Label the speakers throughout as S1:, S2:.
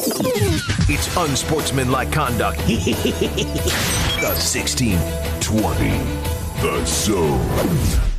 S1: It's unsportsmanlike conduct. the 1620. The Zone.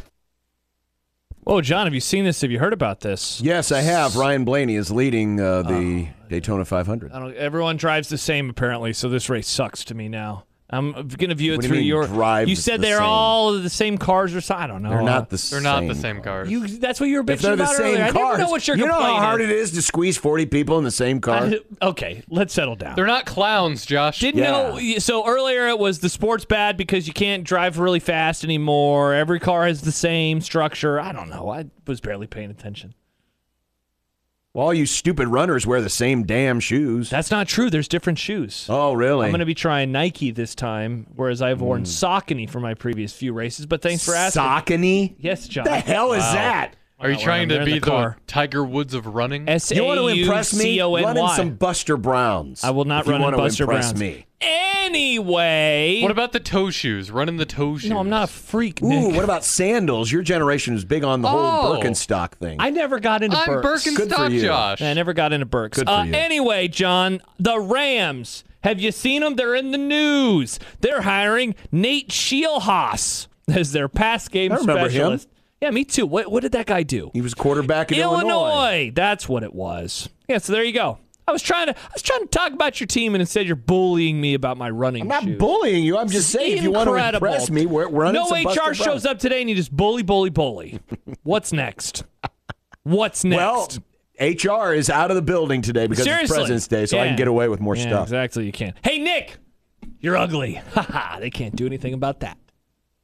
S2: Oh, John, have you seen this? Have you heard about this?
S3: Yes, I have. Ryan Blaney is leading uh, the
S2: Oh.
S3: Daytona 500.
S2: I don't, everyone drives the same apparently, so this race sucks to me now. I'm going to view it
S3: What do you
S2: through
S3: mean,
S2: your.
S3: drives
S2: you said
S3: the
S2: they're
S3: same?
S2: all the same cars or something. I don't know. Uh,
S3: They're not the
S4: They're
S3: same.
S4: not the same cars.
S2: You, that's what you were bitching
S3: If they're the
S2: about
S3: same
S2: earlier.
S3: cars,
S2: I never know what you're
S3: you know
S2: complaining.
S3: how hard it is to squeeze 40 people in the same car.
S2: I- okay, let's settle down.
S4: They're not clowns, Josh.
S2: Didn't know. So earlier it was the sport's bad because you can't drive really fast anymore. Every car has the same structure. I don't know. I was barely paying attention.
S3: Well, all you stupid runners wear the same damn shoes.
S2: That's not true. There's different shoes.
S3: oh, really?
S2: I'm going to be trying Nike this time, whereas I've
S3: Mm.
S2: worn Saucony for my previous few races. But thanks for asking.
S3: Saucony?
S2: Yes, John.
S3: What the hell is that?
S4: Are you
S2: Well,
S4: trying
S2: they're
S4: to
S2: in
S4: be
S2: the
S4: the,
S2: car.
S4: Tiger Woods of running?
S2: S
S3: You want
S2: A
S3: to
S2: U
S3: impress me?
S2: C O N
S3: Run in
S2: Y.
S3: some Buster Browns.
S2: I will not
S3: if you
S2: run in
S3: want to
S2: Buster
S3: impress
S2: Browns.
S3: Me.
S2: Anyway,
S4: what about the toe shoes? Running the toe shoes?
S2: no, I'm not a freak, Nick.
S3: Ooh, what about sandals? Your generation is big on the whole
S4: Oh.
S3: Birkenstock thing.
S2: I never got into
S4: I'm
S2: Burks.
S3: Good for
S4: Birkenstock,
S3: you.
S4: Josh.
S2: I never got into Burks.
S3: Good for
S2: uh,
S3: you.
S2: Anyway, John, the Rams. Have you seen them? They're in the news. They're hiring Nate Shielhaas as their pass game
S3: I remember him.
S2: specialist. Yeah, me too. What what did that guy do?
S3: he was quarterback in
S2: Illinois. That's what it was. Yeah, so there you go. I was trying to I was trying to talk about your team, and instead you're bullying me about my running.
S3: I'm not
S2: shoes.
S3: bullying you. I'm just saying, if you want to
S2: Incredible.
S3: impress me, we're, we're
S2: No HR shows up today, and you just bully, bully, bully. What's next? What's next?
S3: Well, HR is out of the building today because it's
S2: Seriously.
S3: President's Day, so I
S2: Yeah.
S3: can get away with more
S2: Yeah,
S3: stuff.
S2: Exactly, you can. Hey, Nick, you're ugly. Ha ha. They can't do anything about that.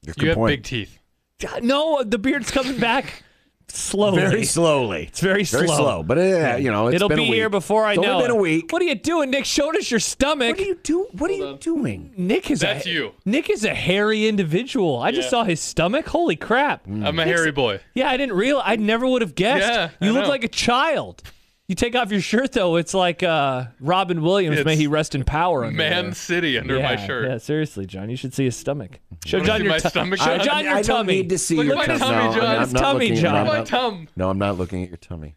S3: Good
S4: you have
S3: point.
S4: big teeth.
S2: God, No, the beard's coming back slowly.
S3: Very slowly.
S2: it's very slow.
S3: Very slow, but eh, you know, it
S2: It'll
S3: been
S2: be
S3: a week.
S2: here before I
S3: it's
S2: know.
S3: Only been a
S2: it.
S3: week.
S2: What are you doing, Nick? Showed us your stomach.
S3: What do you do? What are you doing?
S2: Nick is
S4: That's
S2: a,
S4: you.
S2: Nick is a hairy individual. I just
S4: Yeah.
S2: saw his stomach. Holy crap!
S3: Hmm.
S4: I'm a hairy boy.
S2: Yeah, I didn't realize. I never would have guessed.
S4: Yeah, I
S2: you look
S4: know.
S2: like a child. You take off your shirt though. It's like uh, Robin Williams. may
S4: It's
S2: he rest in power. under there.
S4: Man City under
S2: yeah,
S4: my shirt.
S2: Yeah, seriously, John, you should see his stomach. Show
S4: Wanna
S2: John
S4: see
S2: your
S4: my
S2: tu-
S4: stomach,
S2: Show
S4: John?
S2: John your
S3: I don't
S2: tummy.
S3: need to see
S4: Look
S3: your
S4: at
S3: tummy.
S4: my tummy,
S3: No, I'm
S4: John.
S3: not-
S4: It's
S3: not
S2: tummy,
S3: looking-
S2: John.
S3: I'm
S4: Look at
S3: not-
S4: my tum.
S3: No, I'm not looking at your tummy.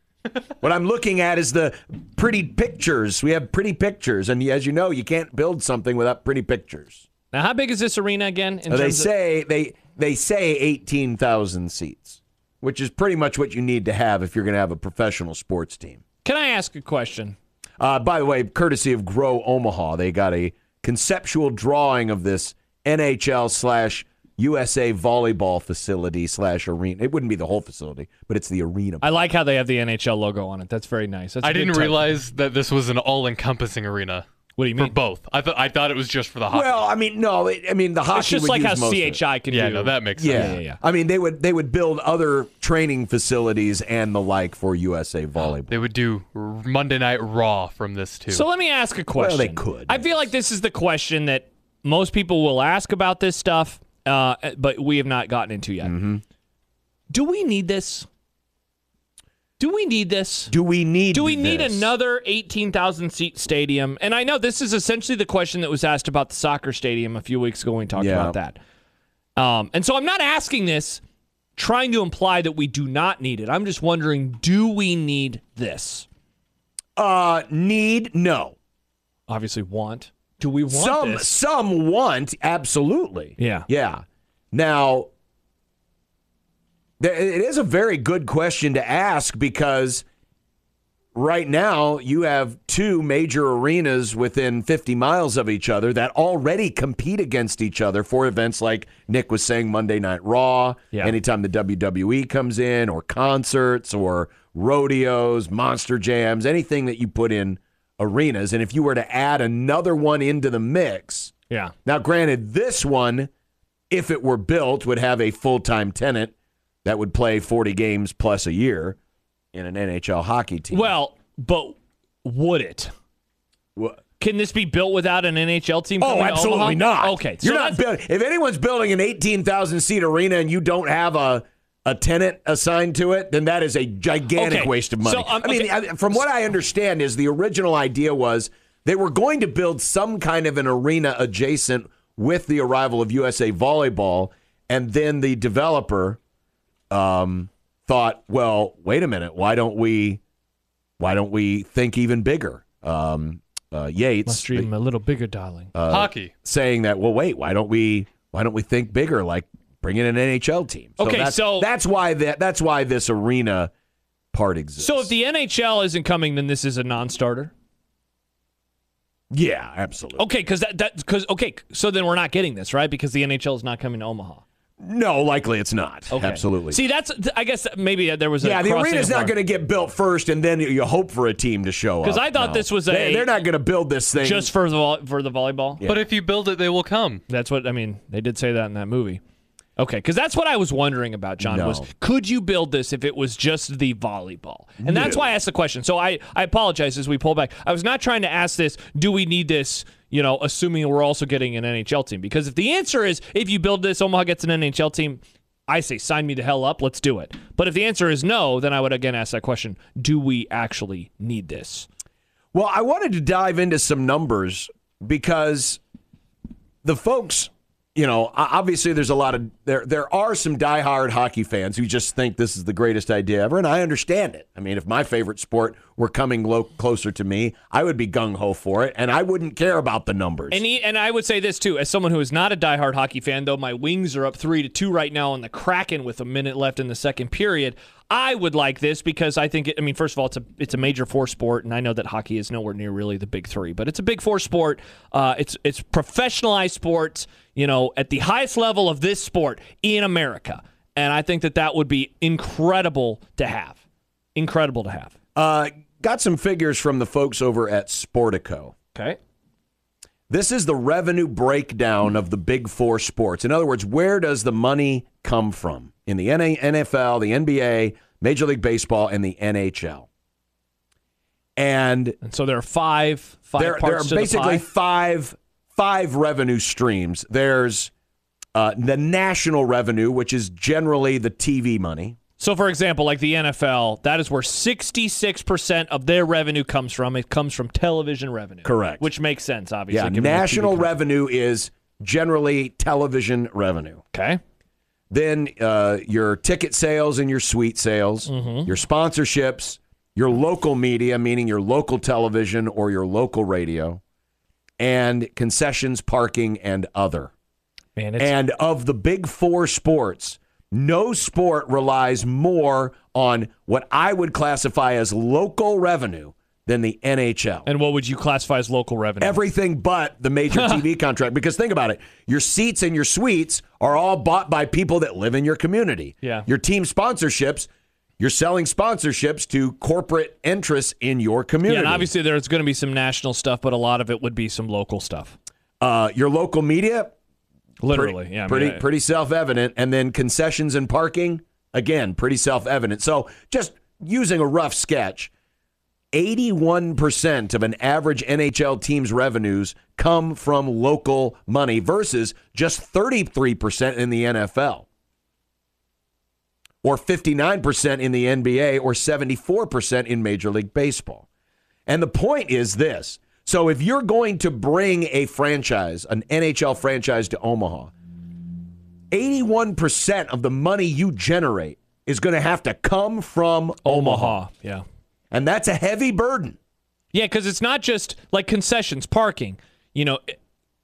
S3: what I'm looking at is the pretty pictures. We have pretty pictures, and as you know, you can't build something without pretty pictures.
S2: Now, how big is this arena again? in
S3: Now, they
S2: terms of-
S3: say they they say eighteen thousand seats, which is pretty much what you need to have if you're going to have a professional sports team.
S2: Can I ask a question?
S3: Uh, by the way, courtesy of Grow Omaha, they got a conceptual drawing of this NHL slash USA volleyball facility slash arena. It wouldn't be the whole facility, but it's the arena.
S2: I like how they have the NHL logo on it. That's very nice. That's a
S4: I
S2: good
S4: didn't
S2: touch.
S4: realize that this was an all-encompassing arena
S2: What do you
S4: for
S2: mean?
S4: both. I thought I thought it was just for the hockey.
S3: well, I mean, no, it, I mean the hockey.
S2: It's just
S3: would
S2: like
S3: use
S2: how
S3: most of it.
S2: CHI can
S4: yeah,
S2: do.
S4: no, that makes
S3: Yeah.
S4: sense.
S2: yeah, yeah.
S3: I mean they would they would build other training facilities and the like for USA volleyball.
S4: They would do R- Monday Night Raw from this too.
S2: So let me ask a question.
S3: they could.
S2: I feel like this is the question that most people will ask about this stuff, uh, but we have not gotten into yet.
S3: Mm-hmm.
S2: Do we need this? Do we need this?
S3: Do we need?
S2: Do we need
S3: this?
S2: another 18,000 seat stadium? And I know this is essentially the question that was asked about the soccer stadium a few weeks ago when we talked
S3: Yeah.
S2: about that. Um, and so I'm not asking this trying to imply that we do not need it. I'm just wondering do we need this?
S3: Uh, need no.
S2: Obviously, want. Do we want
S3: some
S2: this?
S3: some want absolutely.
S2: Yeah.
S3: Yeah. Now, there, it is a very good question to ask because right now you have two major arenas within 50 miles of each other that already compete against each other for events like Nick was saying Monday Night Raw,
S2: Yeah.
S3: anytime the WWE comes in, or concerts, or rodeos, monster jams, anything that you put in arenas. And if you were to add another one into the mix,
S2: Yeah.
S3: now, granted, this one, if it were built, would have a full time tenant that would play 40 games plus a year in an NHL hockey team.
S2: Well, but would it?
S3: Wha-
S2: Can this be built without an NHL team?
S3: Oh,
S2: coming to
S3: absolutely
S2: Omaha?
S3: not.
S2: Okay, so
S3: you're not
S2: that's-
S3: building. If anyone's building an 18,000 seat arena and you don't have a a tenant assigned to it, then that is a gigantic
S2: Okay,
S3: waste of money.
S2: so, um,
S3: I mean,
S2: okay.
S3: I- from what I understand, is the original idea was they were going to build some kind of an arena adjacent with the arrival of USA Volleyball, and then the developer um, thought, well, wait a minute, why don't we, why don't we think even bigger? Um, uh, Yates,
S2: Must dream a little bigger, darling.
S3: Uh,
S4: Hockey.
S3: saying that well wait why don't we why don't we think bigger like bring in an NHL team
S2: Okay,
S3: that's,
S2: so-
S3: that's why that that's why this arena part exists
S2: so if the NHL isn't coming, then this is a non-starter.
S3: yeah absolutely
S2: Okay, because that that because okay, so then we're not getting this right because the NHL is not coming to Omaha.
S3: no likely it's not
S2: Okay.
S3: absolutely
S2: See, that's I guess maybe uh, there was a
S3: yeah the
S2: crossing
S3: arena's
S2: of
S3: not
S2: wires.
S3: going to get built first and then you hope for a team to show up
S2: 'Cause I thought this was
S3: They-
S2: a-
S3: they're not going to build this thing
S2: just for the vo- for the volleyball.
S4: But if you build it, they will come.
S2: That's what I mean. They did say that in that movie. Okay, because that's what I was wondering about, John. Was
S3: No.
S2: could you build this if it was just the volleyball? And that's why I asked the question. So I, I apologize as we pull back. I was not trying to ask this. Do we need this? You know, assuming we're also getting an NHL team. Because if the answer is if you build this, Omaha gets an NHL team. I say sign me the hell up. Let's do it. But if the answer is no, then I would again ask that question: Do we actually need this?
S3: Well, I wanted to dive into some numbers because the folks, you know, o- obviously there's a lot of there there are some diehard hockey fans who just think this is the greatest idea ever, and I understand it. I mean, if my favorite sport were coming lo- closer to me, I would be gung ho for it, and I wouldn't care about the numbers.
S2: And he, and I would say this too, as someone who is not a diehard hockey fan, though my wings are up three to two right now on the Kraken with a minute left in the second period. I would like this because I think it, I mean first of all it's a it's a major four sport and I know that hockey is nowhere near really the big three but it's a big four sport uh, it's it's professionalized sports you know at the highest level of this sport in America and I think that that would be incredible to have incredible to have
S3: uh, got some figures from the folks over at Sportico.
S2: okay
S3: This is the revenue breakdown of the big four sports. In other words, where does the money come from in the NA NFL, the NBA, Major League Baseball, and the NHL? And
S2: and so there are five five
S3: there, there are
S2: parts to
S3: basically
S2: the pie.
S3: five five revenue streams. There's uh, the national revenue, which is generally the TV money.
S2: So, for example, like the NFL, that is where 66% of their revenue comes from. It comes from television revenue.
S3: Correct.
S2: Which makes sense, obviously.
S3: Yeah,
S2: given the
S3: national
S2: TV
S3: revenue is generally television revenue.
S2: Okay.
S3: then uh, your ticket sales and your suite sales, your sponsorships, your local media, meaning your local television or your local radio, and concessions, parking, and other.
S2: Man, it's,
S3: And of the big four sports, no sport relies more on what I would classify as local revenue than the NHL
S2: and what would you classify as local revenue?
S3: everything but the major TV contract. Because think about it, your seats and your suites are all bought by people that live in your community.
S2: Yeah.
S3: Your team sponsorships, you're selling sponsorships to corporate interests in your community.
S2: yeah, and obviously there's going to be some national stuff, but a lot of it would be some local stuff.
S3: uh, your local media, pretty,
S2: Literally. yeah. I mean,
S3: pretty,
S2: I-
S3: pretty self-evident, and then concessions and parking, again, pretty self-evident. So just using a rough sketch. 81% of an average NHL team's revenues come from local money versus just 33% in the NFL, or 59% in the NBA, or 74% in Major League Baseball. And the point is this so if you're going to bring a franchise, an NHL franchise to Omaha, 81% of the money you generate is going to have to come from Omaha.
S2: Omaha. Yeah.
S3: And that's a heavy burden.
S2: Yeah, because it's not just like concessions, parking. You know, e,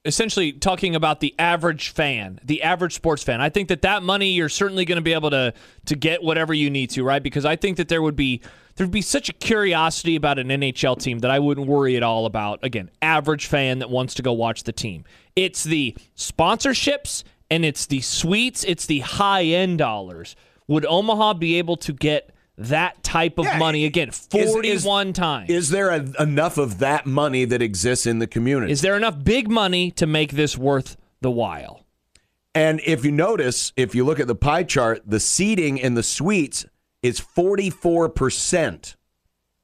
S2: essentially talking about the average fan, the average sports fan. I think that that money you're certainly going to be able to to get whatever you need to, right? Because I think that there would be there'd be such a curiosity about an NHL team that I wouldn't worry at all about. Again, average fan that wants to go watch the team. It's the sponsorships and it's the suites, it's the high end dollars. Would Omaha be able to get that type of
S3: Yeah,
S2: money again?
S3: is- is-
S2: Forty-one times.
S3: Is there a, enough of that money that exists in the community?
S2: Is there enough big money to make this worth the while?
S3: and if you notice, if you look at the pie chart, the seating in the suites is 44%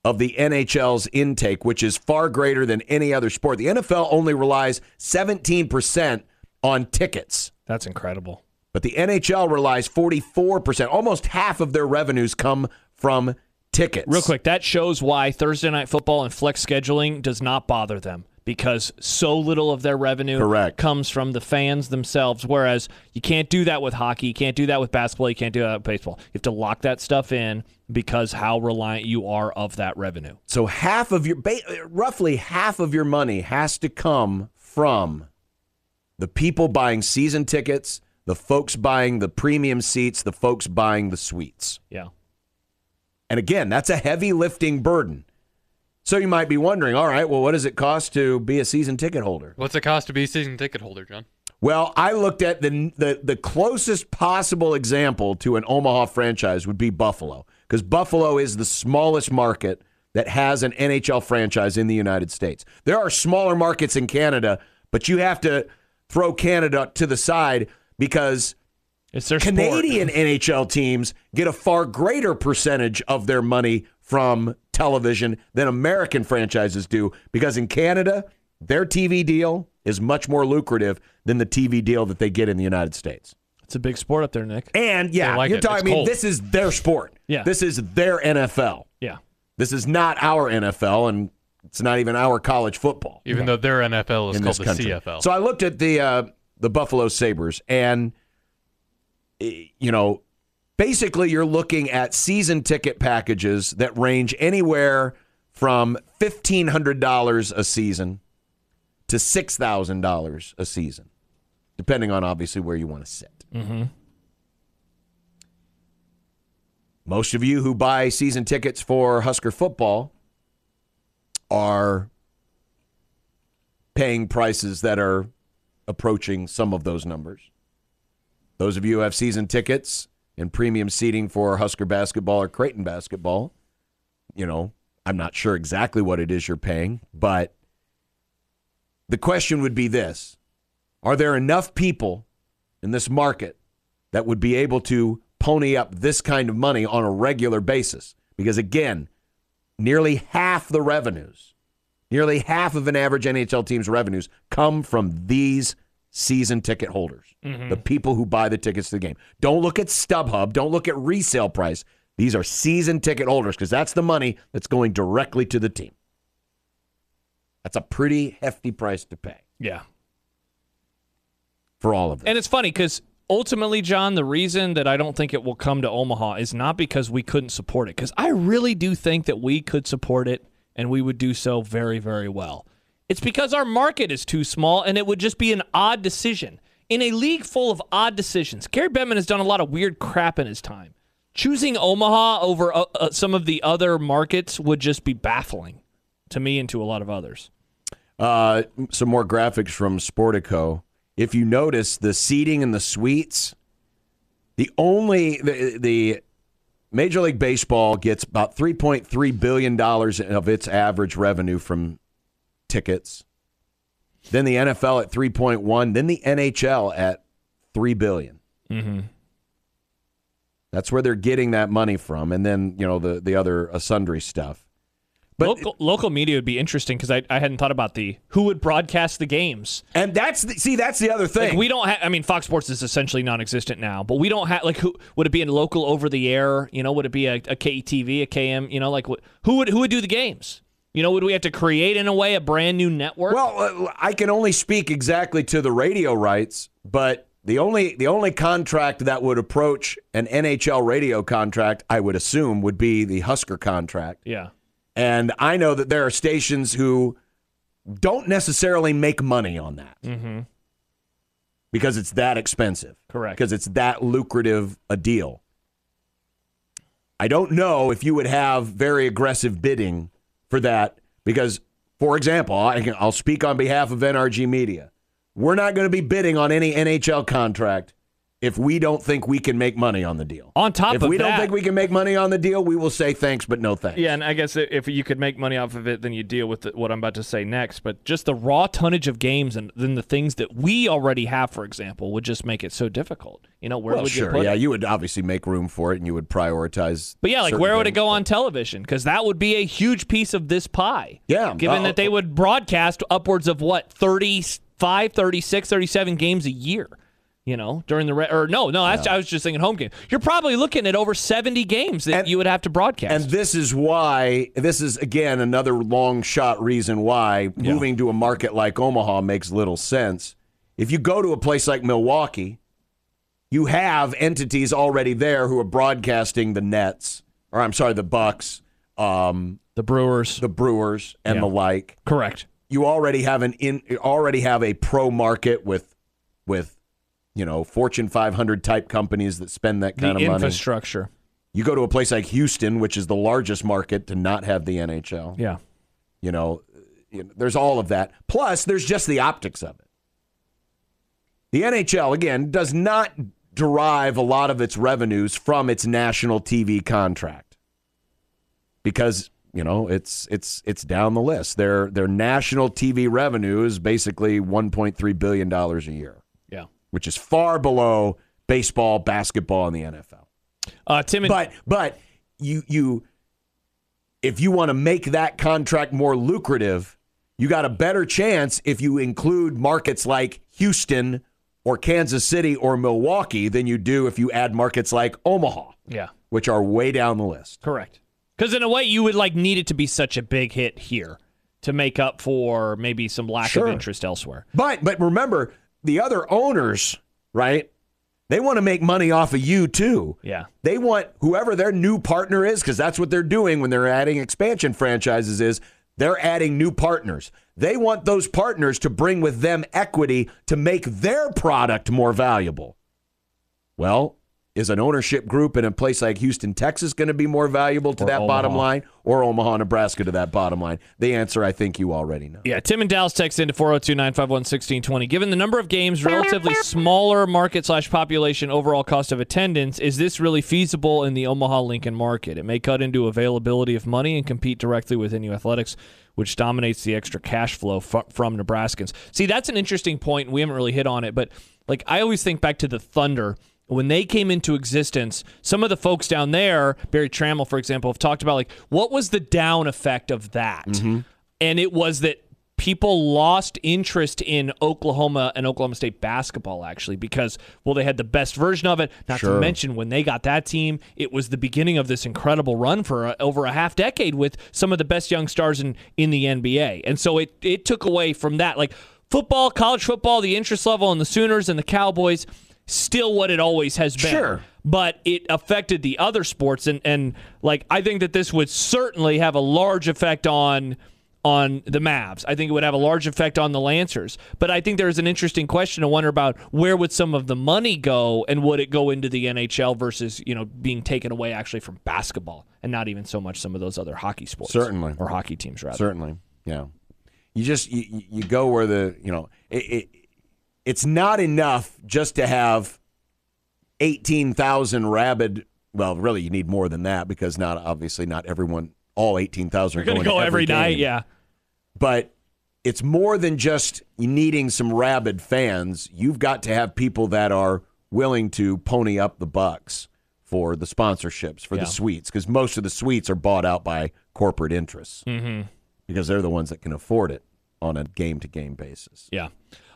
S3: of the NHL's intake, which is far greater than any other sport. The NFL only relies 17% on tickets,
S2: That's incredible.
S3: but the NHL relies 44%. Almost half of their revenues come from tickets.
S2: Real quick, that shows why Thursday night football and flex scheduling does not bother them because so little of their revenue
S3: Correct.
S2: comes from the fans themselves. Whereas you can't do that with hockey, you can't do that with basketball, you can't do that with baseball. You have to lock that stuff in because how reliant you are of that revenue.
S3: So half of your ba- roughly half of your money has to come from the people buying season tickets, the folks buying the premium seats, the folks buying the suites.
S2: Yeah.
S3: And again, that's a heavy lifting burden. So you might be wondering, all right, well what does it cost to be a season ticket holder?
S4: What's it cost to be a season ticket holder, John?
S3: Well, I looked at the the, the closest possible example to an Omaha franchise would be Buffalo, because Buffalo is the smallest market that has an NHL franchise in the United States. There are smaller markets in Canada, but you have to throw Canada to the side because
S2: It's their sport.
S3: Canadian NHL teams get a far greater percentage of their money from television than American franchises do because in Canada, their TV deal is much more lucrative than the TV deal that they get in the United States.
S2: It's a big sport up there, Nick.
S3: And yeah,
S4: They like
S3: you're
S4: it.
S3: talking, I
S4: It's
S3: mean,
S4: cold.
S3: this is their sport.
S2: Yeah.
S3: This is their NFL.
S2: Yeah.
S3: This is not our NFL, and it's not even our college football
S4: Even though their NFL is
S3: in
S4: called
S3: this
S4: the
S3: country.
S4: CFL.
S3: So I looked at the uh, the Buffalo Sabers, and eh, you know, basically, you're looking at season ticket packages that range anywhere from fifteen hundred dollars a season to six thousand dollars a season, depending on obviously where you want to sit.
S4: Mm-hmm.
S3: Most of you who buy season tickets for Husker football are paying prices that are approaching some of those numbers. Those of you who have season tickets and premium seating for Husker basketball or Creighton basketball, you know, I'm not sure exactly what it is you're paying, but the question would be this Are there enough people in this market that would be able to pony up this kind of money on a regular basis? Because again, nearly half the revenues Nearly half of an average NHL team's revenues come from these season ticket holders, the people who buy the tickets to the game. Don't look at StubHub, don't look at resale price. These are season ticket holders because that's the money that's going directly to the team. That's a pretty hefty price to pay
S2: Yeah.
S3: for all of them.
S2: And it's funny because ultimately, John, the reason that I don't think it will come to Omaha is not because we couldn't support it, because I really do think that we could support it and we would do so very, very well. It's because our market is too small and it would just be an odd decision. In a league full of odd decisions, Gary Bettman has done a lot of weird crap in his time. Choosing Omaha over uh, uh, some of the other markets would just be baffling to me and to a lot of others.
S3: Uh, some more graphics from Sportico. If you notice the seating in the suites, the only the, the Major League Baseball gets about three point three billion dollars of its average revenue from tickets. Then the NFL at three point one. Then the NHL at three billion.
S2: Mm-hmm.
S3: That's where they're getting that money from, and then you know the the other uh, sundry stuff. But
S2: local, local media would be interesting because I, I hadn't thought about the who would broadcast the games.
S3: and that's the, see that's the other thing.
S2: Like we don't have. I mean, Fox Sports is essentially non-existent now, but we don't have like who would it be in local over the air? You know, would it be a, a KETV, a KM? You know, like what, who would who would do the games? You know, would we have to create in a way a brand new network?
S3: Well, uh, I can only speak exactly to the radio rights, but the only the only contract that would approach an NHL radio contract, I would assume, would be the Husker contract.
S2: yeah,
S3: And I know that there are stations who don't necessarily make money on that because it's that expensive.
S2: Mm-hmm. Correct.
S3: Because it's that lucrative a deal. I don't know if you would have very aggressive bidding for that because, for example, I can, I'll speak on behalf of NRG Media. We're not going to be bidding on any NHL contract if we don't think we can make money on the deal.
S2: On top
S3: if
S2: of
S3: we don't
S2: that-
S3: think we can make money on the deal, we will say thanks, but no thanks.
S2: Yeah, and I guess i- if you could make money off of it, then you deal with the, what I'm about to say next. But just the raw tonnage of games and then the things that we already have, for example, would just make it so difficult. You know, where
S3: well,
S2: would
S3: sure.
S2: you put
S3: yeah,
S2: it?
S3: you would obviously make room for it, and you would prioritize.
S2: But yeah, like
S3: certain
S2: where would it
S3: things.
S2: go on television? Because that would be a huge piece of this pie.
S3: Yeah,
S2: Given
S3: uh,
S2: that they would broadcast upwards of what, 35, 36, 37 games a year, you know, during the, re- or no, no, that's, I was just thinking home game. You're probably looking at over 70 games that
S3: And-
S2: you would have to broadcast.
S3: And this is why, this is again another long shot reason why moving to a market like Omaha makes little sense. If you go to a place like Milwaukee, you have entities already there who are broadcasting the Nets, or I'm sorry, the Bucks, um,
S2: the Brewers.
S3: the Brewers, and
S2: Yeah.
S3: the like.
S2: correct.
S3: You already have an in, you already have a pro market with, with, you know, Fortune 500 type companies that spend that
S2: The
S3: kind of money.
S2: infrastructure.
S3: You go to a place like Houston, which is the largest market to not have the NHL.
S2: Yeah.
S3: You know, you know, there's all of that. Plus, there's just the optics of it. The NHL, again, does not derive a lot of its revenues from its national TV contract because you know it's it's it's down the list. Their their national TV revenue is basically 1.3 billion dollars a year,
S2: Yeah.
S3: which is far below baseball, basketball, and the NFL
S2: Uh, Tim and
S3: but but you you if you want to make that contract more lucrative, you got a better chance if you include markets like Houston or Kansas City or Milwaukee than you do if you add markets like Omaha,
S2: yeah,
S3: which are way down the list.
S2: correct. Because in a way, you would like need it to be such a big hit here to make up for maybe some lack
S3: Sure.
S2: of interest elsewhere.
S3: But but remember, the other owners, right? They want to make money off of you too.
S2: Yeah.
S3: They want whoever their new partner is, because that's what they're doing when they're adding expansion franchises, is they're adding new partners. They want those partners to bring with them equity to make their product more valuable. Well, is an ownership group in a place like Houston, Texas going to be more valuable to
S2: Or
S3: that bottom
S2: Omaha.
S3: line or Omaha, Nebraska to that bottom line? The answer I think you already know.
S2: Yeah. Tim and Dallas text into 402 951 1620. Given the number of games, relatively smaller market slash population, overall cost of attendance, is this really feasible in the Omaha Lincoln market? It may cut into availability of money and compete directly with NU Athletics, which dominates the extra cash flow f- from Nebraskans. See, that's an interesting point. and We haven't really hit on it, but like I always think back to the Thunder when they came into existence, some of the folks down there, Barry Trammell, for example, have talked about like what was the down effect of that, and it was that people lost interest in Oklahoma and Oklahoma State basketball actually because well they had the best version of it. Not to mention when they got that team, it was the beginning of this incredible run for uh over a half decade with some of the best young stars in in the NBA, and so it it took away from that like. Football, college football, the interest level, and the Sooners and the Cowboys, still what it always has been.
S3: Sure.
S2: But it affected the other sports and, and like I think that this would certainly have a large effect on on the Mavs. I think it would have a large effect on the Lancers. But I think there's an interesting question to wonder about where would some of the money go and would it go into the NHL versus, you know, being taken away actually from basketball and not even so much some of those other hockey sports.
S3: Certainly.
S2: Or hockey teams rather.
S3: Certainly, yeah. You just you, you- you go where the you know it, it it's not enough just to have eighteen thousand rabid. Well, really, you need more than that because not obviously not everyone all eighteen thousand are
S2: Gonna
S3: going
S2: go
S3: to
S2: every night,
S3: game.
S2: yeah.
S3: But it's more than just needing some rabid fans. You've got to have people that are willing to pony up the bucks for the sponsorships for
S2: Yeah.
S3: the suites because most of the suites are bought out by corporate interests because they're the ones that can afford it on a game to game basis.
S2: Yeah.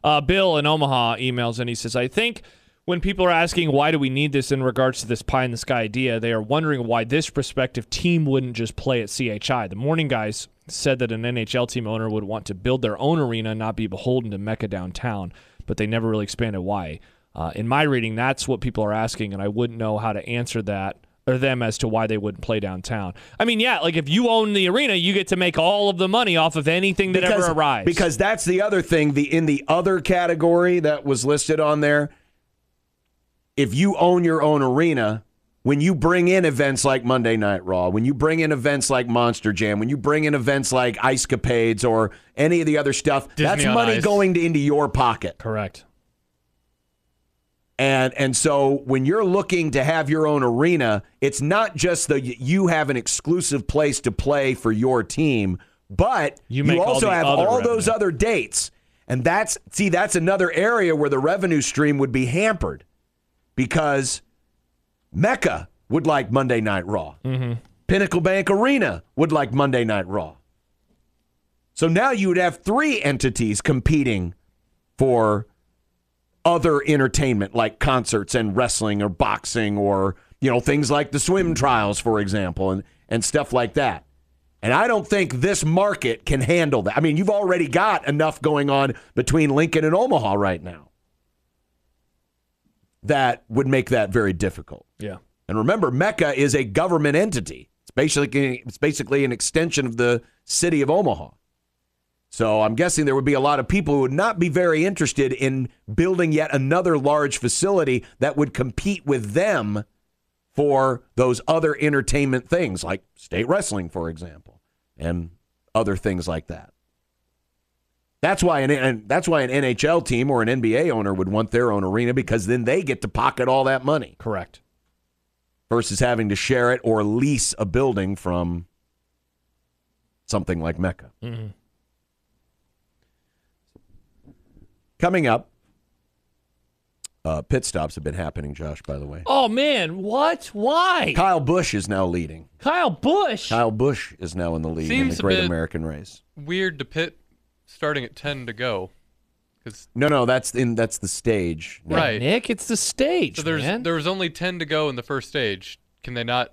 S2: Uh, Bill in Omaha emails and he says, I think when people are asking why do we need this in regards to this pie in the sky idea, they are wondering why this prospective team wouldn't just play at CHI. The morning guys said that an NHL team owner would want to build their own arena and not be beholden to Mecca downtown, but they never really expanded why. Uh, in my reading, that's what people are asking, and I wouldn't know how to answer that or them as to why they wouldn't play downtown. I mean, yeah, like if you own the arena, you get to make all of the money off of anything that
S3: Because,
S2: ever arrives.
S3: because that's the other thing. The in the other category that was listed on there, if you own your own arena, when you bring in events like Monday Night Raw, when you bring in events like Monster Jam, when you bring in events like Ice Capades or any of the other stuff,
S4: Disney
S3: that's
S4: on
S3: money
S4: Ice.
S3: going to, into your pocket.
S2: correct.
S3: And and so when you're looking to have your own arena, it's not just that you have an exclusive place to play for your team, but
S2: You make all
S3: also
S2: the
S3: have
S2: other
S3: all those
S2: revenue.
S3: other dates. And that's see that's another area where the revenue stream would be hampered because Mecca would like Monday Night Raw.
S2: Mm-hmm.
S3: Pinnacle Bank Arena would like Monday Night Raw. So now you would have three entities competing for other entertainment like concerts and wrestling or boxing or you know things like the swim trials for example and and stuff like that. And I don't think this market can handle that. I mean, you've already got enough going on between Lincoln and Omaha right now. That would make that very difficult.
S2: Yeah.
S3: And remember, Mecca is a government entity. It's basically it's basically an extension of the city of Omaha. So I'm guessing there would be a lot of people who would not be very interested in building yet another large facility that would compete with them for those other entertainment things like state wrestling, for example, and other things like that. That's why an and that's why an NHL team or an NBA owner would want their own arena because then they get to pocket all that money
S2: Correct.
S3: versus having to share it or lease a building from something like Mecca.
S4: Mm-hmm.
S3: Coming up, uh, pit stops have been happening, Josh, by the way.
S2: Oh man, what? Why?
S3: Kyle Bush is now leading.
S2: Kyle Bush.
S3: Kyle Bush is now in the lead in
S4: Seems
S3: the
S4: a
S3: Great
S4: bit-
S3: American Race.
S4: Weird to pit starting at 10 to go. Cause,
S3: No, no, that's in that's the stage. No.
S4: right.
S2: Nick, it's the stage,
S4: So there's
S2: man.
S4: there was only 10 to go in the first stage. Can they not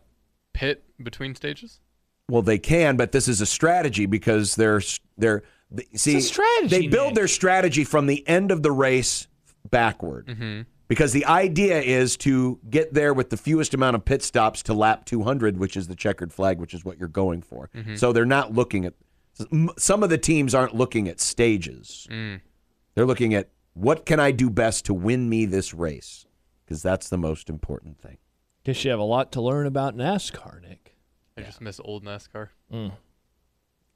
S4: pit between stages?
S3: Well, they can, but this is a strategy because they're they're th- see
S2: strategy,
S3: They build
S2: Nick.
S3: their strategy from the end of the race backward
S2: Mm-hmm.
S3: because the idea is to get there with the fewest amount of pit stops to lap 200, which is the checkered flag, which is what you're going for.
S2: Mm-hmm.
S3: So they're not looking at m- some of the teams aren't looking at stages.
S2: Mm.
S3: They're looking at what can I do best to win me this race because that's the most important thing.
S2: Guess you have a lot to learn about NASCAR, Nick.
S4: I just miss old NASCAR.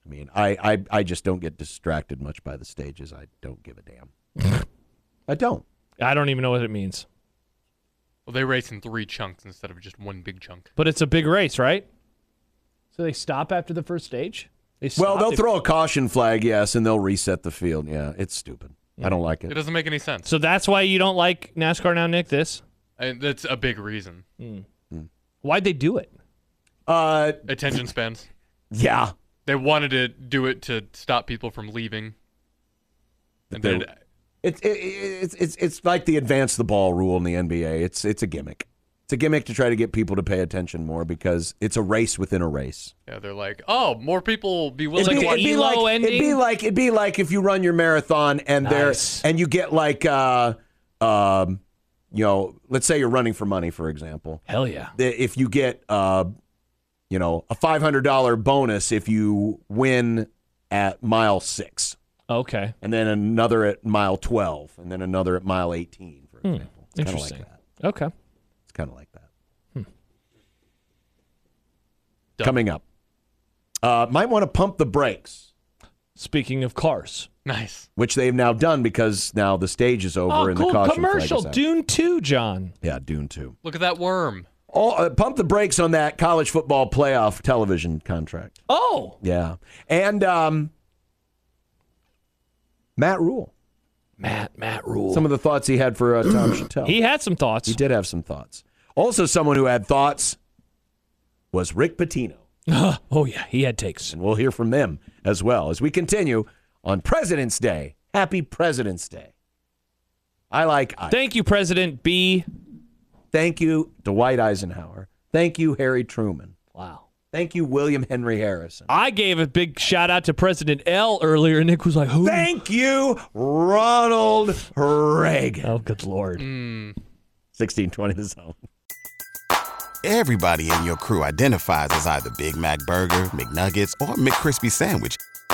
S3: I mean, I, I, I just don't get distracted much by the stages. I don't give a damn. I don't.
S2: I don't even know what it means,
S4: Well, they race in three chunks instead of just one big chunk.
S2: but it's a big race, right? So they stop after the first stage. They stop,
S3: Well, they'll
S2: they-
S3: throw a caution flag, yes, and they'll reset the field. Yeah, it's stupid. I don't like
S4: It
S3: it.
S4: doesn't make any sense.
S2: So that's why you don't like NASCAR now, Nick. This.
S4: And that's a big reason.
S2: Why'd they do it?
S3: Uh,
S4: Attention spans.
S3: yeah.
S4: They wanted to do it to stop people from leaving. And
S3: They-
S4: then it-
S3: It's it, it's it's it's like the advance the ball rule in the NBA. It's it's a gimmick. It's a gimmick to try to get people to pay attention more because it's a race within a race.
S4: yeah, they're like, oh, more people will be willing
S2: It'd
S4: to
S2: be-
S4: watch.
S2: it'd be-
S3: like
S2: Elo
S3: it'd be
S2: ending?
S3: like it'd be like if you run your marathon and
S2: Nice.
S3: there and you get like uh um you know let's say you're running for money for example
S2: Hell yeah.
S3: that if you get uh you know a $500 bonus if you win at mile 6
S2: Okay.
S3: and then another at mile 12 and then another at mile 18 for example It's kinda
S2: Hmm. Interesting. Hmm.
S3: like that.
S2: Okay.
S3: it's kind of like that coming up uh might want to pump the brakes
S2: Speaking of cars.
S4: nice.
S3: which they've now done because now the stage is over
S2: Oh,
S3: and the
S2: cool
S3: caution
S2: commercial.
S3: flag is out.
S2: Dune 2, John.
S3: Yeah, Dune too.
S4: Look at that worm.
S3: All, uh, pump the brakes on that college football playoff television contract.
S2: Oh,
S3: Yeah, and um, Matt Rule.
S2: Matt, Matt Rule.
S3: Some of the thoughts he had for uh, Tom Chattel.
S2: he had some thoughts.
S3: he did have some thoughts. Also, someone who had thoughts was Rick Pitino,
S2: Oh, yeah. He had takes.
S3: and we'll hear from them as well as we continue on President's Day. Happy President's Day. I like. I.
S2: Thank you, President B.
S3: Thank you, Dwight Eisenhower. Thank you, Harry Truman.
S2: Wow.
S3: Thank you, William Henry Harrison.
S2: I gave a big shout out to President L earlier. and Nick was like, who?
S3: Thank you, Ronald Reagan.
S2: oh, good Lord.
S3: 1620 the zone.
S5: Everybody in your crew identifies as either Big Mac Burger, McNuggets, or McCrispy Sandwich.